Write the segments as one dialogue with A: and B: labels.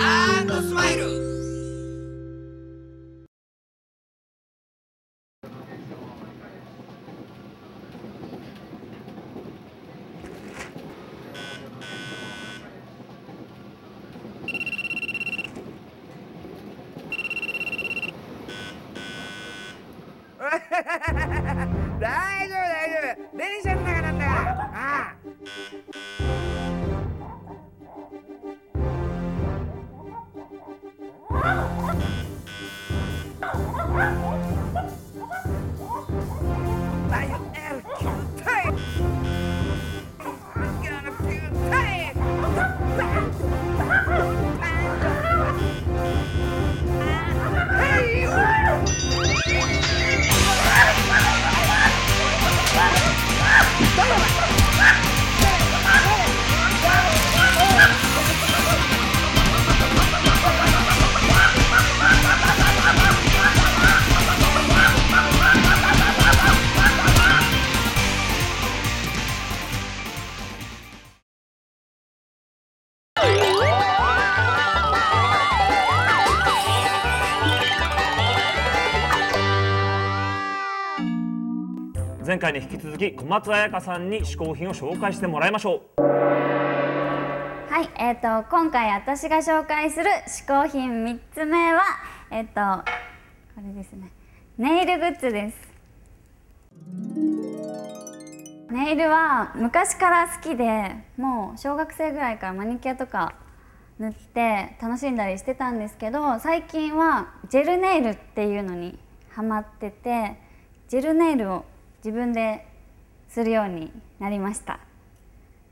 A: ンスマイル
B: 大丈夫大丈夫電車の中なんだからああライオンエル球体ライオンエル球体はい
C: 前回に引き続き小松彩香さんに試行品を紹介してもらいましょう
D: はい、えっ、と今回私が紹介する嗜好品三つ目はえっ、とこれですね。ネイルグッズです。ネイルは昔から好きで、もう小学生ぐらいからマニキュアとか塗って楽しんだりしてたんですけど、最近はジェルネイルっていうのにハマってて、ジェルネイルを自分でするようになりました。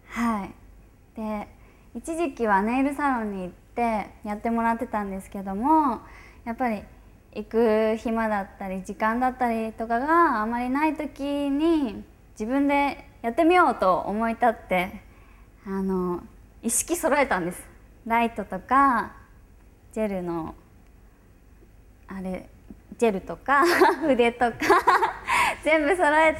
D: はい。で一時期はネイルサロンに行ってやってもらってたんですけどもやっぱり行く暇だったり時間だったりとかがあまりない時に自分でやってみようと思い立ってあの一式揃えたんですライトとかジェルのあれジェルとか 筆とか全部揃え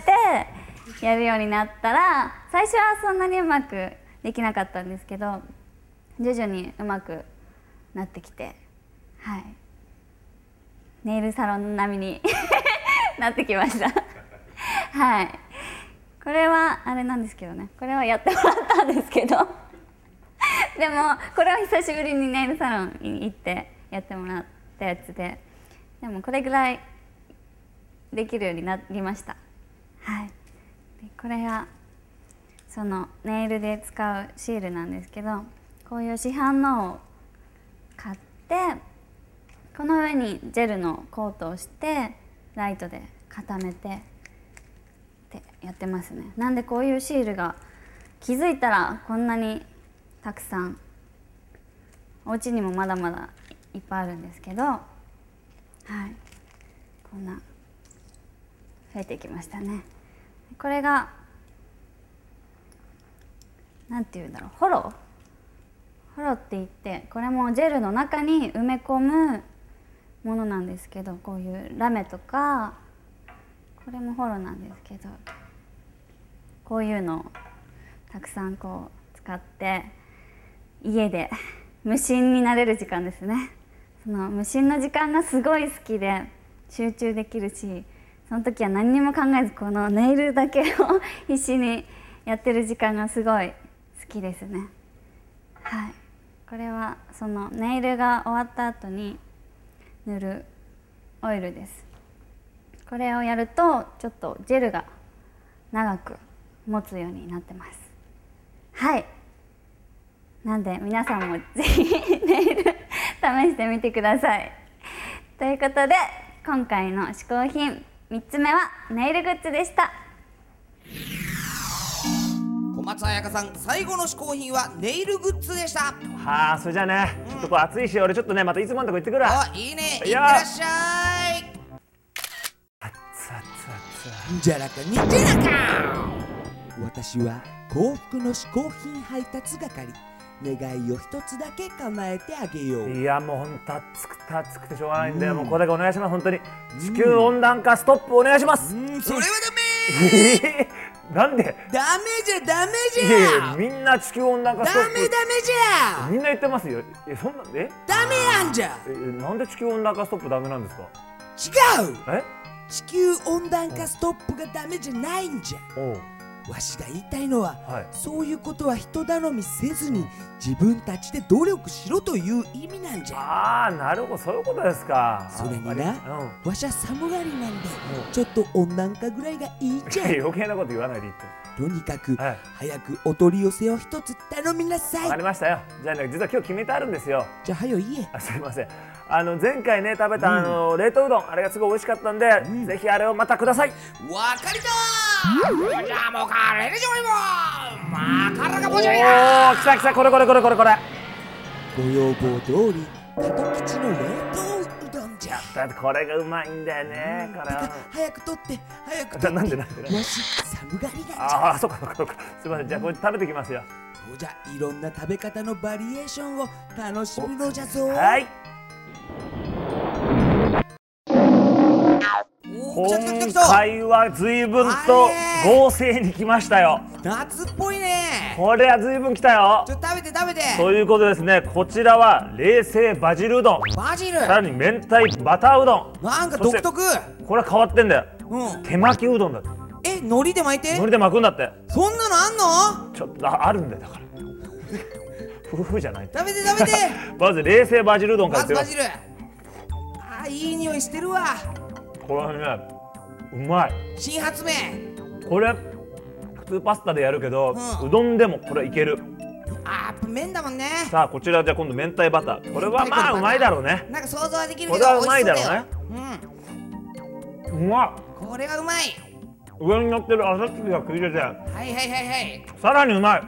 D: てやるようになったら最初はそんなにうまくできなかったんですけど徐々にうまくなってきてはいネイルサロン並みに なってきましたはいこれはあれなんですけどねこれはやってもらったんですけどでもこれは久しぶりにネイルサロンに行ってやってもらったやつででもこれぐらいできるようになりましたはいでこれがそのネイルで使うシールなんですけどこういう市販のを買ってこの上にジェルのコートをしてライトで固めてってやってますねなんでこういうシールが気づいたらこんなにたくさんお家にもまだまだいっぱいあるんですけどはいこんな増えてきましたねこれがなんて言うんだろうホロホロって言ってこれもジェルの中に埋め込むものなんですけどこういうラメとかこれもホロなんですけどこういうのをたくさんこう使って家で無心になれる時間ですねその無心の時間がすごい好きで集中できるしその時は何にも考えずこのネイルだけを 必死にやってる時間がすごい好きですねはいこれはそのネイルが終わった後に塗るオイルですこれをやるとちょっとジェルが長く持つようになってますはいなんで皆さんもぜひネイル試してみてくださいということで今回の試行品3つ目はネイルグッズでした
A: 小松彩香さん最後の試行品はネイルグッズでした
C: はあそれじゃあねちょっとこう暑いし俺ちょっとねまたいつものとこ行ってくるわ
A: あいいねいっ
C: い
A: て
C: や
A: らっしゃい
C: 熱々熱々
A: じゃらかにじゃらか私は幸福の嗜好品配達係願いを一つだけ叶えてあげよう
C: いやもう本当暑くて暑くてしょうがないんで、もうこれだけお願いします本当に地球温暖化ストップお願いします、
A: それはダメ
C: えーなんで
A: ダメじゃダメ
C: い
A: じ
C: やいや
A: ゃ
C: みんな地球温暖化
A: ダ
C: そう
A: メダメじゃ
C: みんな言ってますよえそんなえ
A: ダメやんじゃ
C: えなんで地球温暖化ストップダメなんですか
A: 違う
C: え
A: 地球温暖化ストップがダメじゃないんじゃ
C: おう
A: わしが言いたいのは、
C: はい
A: そういうことは人頼みせずに自分たちで努力しろという意味なんじゃ
C: ああなるほどそういうことですか
A: それにな
C: あやっぱりうん
A: わしゃ寒がりなんで
C: うん
A: ちょっと温暖化ぐらいがいいじゃ
C: 余計なこと言わないでいいって
A: とにかく、
C: はい
A: 早くお取り寄せを一つ頼みなさ
C: わか
A: い
C: りましたよじゃあね実は今日決めてあるんですよ
A: じゃあはよ言え
C: あすいませんあの前回ね食べたあの冷凍うどんあれがすごい美味しかったんで、ぜひあれをまたください
A: わかりた
B: じゃあもうカレーでしょいもまあカラがぼ
C: おお
B: じゃい
C: 来た来たこれこれこれこれこれ
A: ご要望通り角吉の冷凍うどんじゃ
C: だってこれがうまいんだよねこれ は
A: 早く取って早く取って
C: な なんでなんでなんで
A: わし寒がりなんじゃ
C: ああそっかそっかそっかすいませんじゃあこれ食べてきますよ
A: そうじゃいろんな食べ方のバリエーションを楽しむのじゃぞ
C: はい
A: おー来た来た来た
C: 今
A: 来た
C: 回は随分と
A: あれ
C: 合成に来ましたよ
A: 夏っぽいね
C: これは随分来たよ
A: ちょっと食べて食べて
C: ということでですねこちらは冷製バジルうどん
A: バジル
C: さらに明太バターうどん
A: なんか独特
C: これは変わってんだよ
A: うん
C: 手巻きうどんだって
A: え海苔で巻いて
C: 海苔で巻くんだって
A: そんなのあんの
C: ちょっとああるんだよだから夫婦じゃないって
A: 食べて食べ て
C: まず冷製バジルうどんから
A: ま
C: いっ
A: ず
C: てみま
A: バ
C: す
A: ジルあーいい匂いしてるわ
C: これはねうまい
A: 新発明
C: これ普通パスタでやるけど、
A: う
C: うんどんでもこれいける
A: あーやっぱ麺だもんね
C: さあこちらじゃあ今度明太バターこれ
A: 明
C: は
A: 太バ
C: ま
A: タ
C: あ
A: ー
C: うまいだろうね
A: なんか想像はできる
C: こ
A: け
C: れ
A: ど
C: はうまいだろ
A: 美
C: う
A: 味し
C: ね
A: そうだよ
C: うま
A: うんこれはうまい
C: い上に乗ってるあさつきが食い出て
A: はいはいはいはい
C: さらにうまい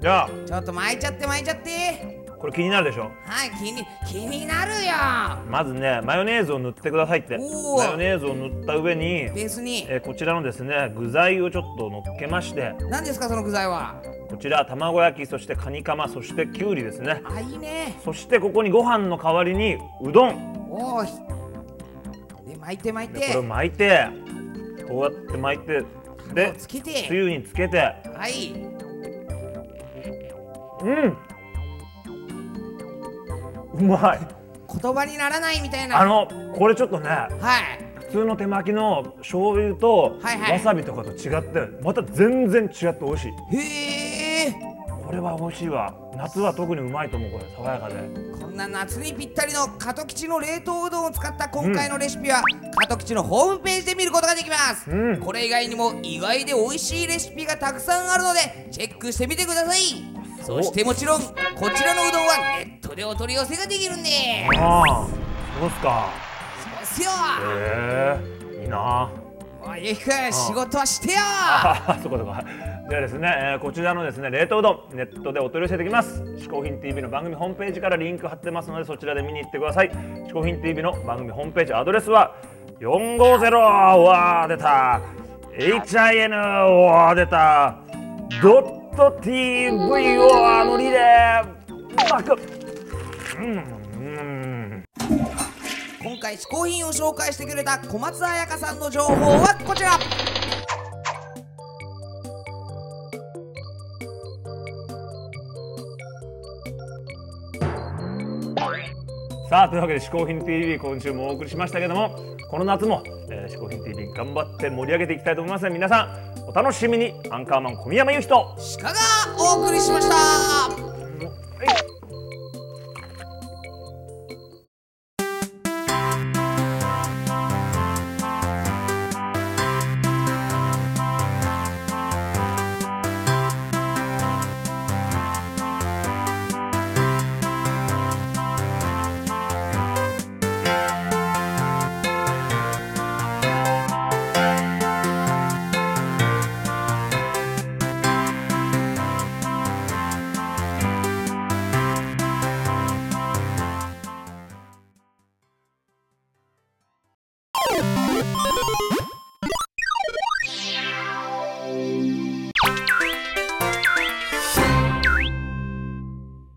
C: じゃあ
A: ちょっと巻いちゃって巻いちゃって
C: これ気になるでしょ
A: はい気に気になるよ
C: まずねマヨネーズを塗ってくださいって
A: おー
C: マヨネーズを塗った上に、
A: ベースに
C: えーこちらのですね具材をちょっと乗っけまして
A: 何ですかその具材は
C: こちら卵焼きそしてカニカマそしてきゅうりですね
A: あいいね
C: そしてここにご飯の代わりにうどん
A: おおひで巻いて巻い
C: で
A: て
C: これを巻いてこうやって巻いてで
A: つけ
C: つ
A: て
C: ゆにつけて
A: はい
C: うんうまい
A: 言葉にならないみたいな
C: あのこれちょっとね
A: はい
C: 普通の手巻きの醤油と
A: はいはい
C: わさびとかと違ってまた全然違って美味しい
A: へえ
C: これは美味しいわ夏は特にうまいと思うこれ爽やかで
A: こんな夏にぴったりの加ト吉の冷凍うどんを使った今回のレシピは、加ト吉のホームページで見ることができます、
C: うん
A: これ以外にも意外で美味しいレシピがたくさんあるのでチェックしてみてくださいそしてもちろんこちらのうどんはネットでお取り寄せができるんで
C: ああそうっすか
A: そうっすよ
C: へえいいな
A: おいゆきくん仕事はしてよ
C: あそこそこではですね、えーこちらのですね冷凍うどんネットでお取り寄せできます「嗜好品 TV」の番組ホームページからリンク貼ってますのでそちらで見に行ってください「嗜好品 TV」の番組ホームページアドレスは450うわー出た HIN うわー出たドット TV うわーのリレーバックうんうん
A: 今回試行品を紹介してくれた小松彩香さんの情報はこちら
C: さあというわけで「嗜好品 TV」今週もお送りしましたけどもこの夏も「えー、嗜好品 TV」頑張って盛り上げていきたいと思いますので皆さんお楽しみにアンカーマン小宮山由紀と
A: 鹿がお送りしました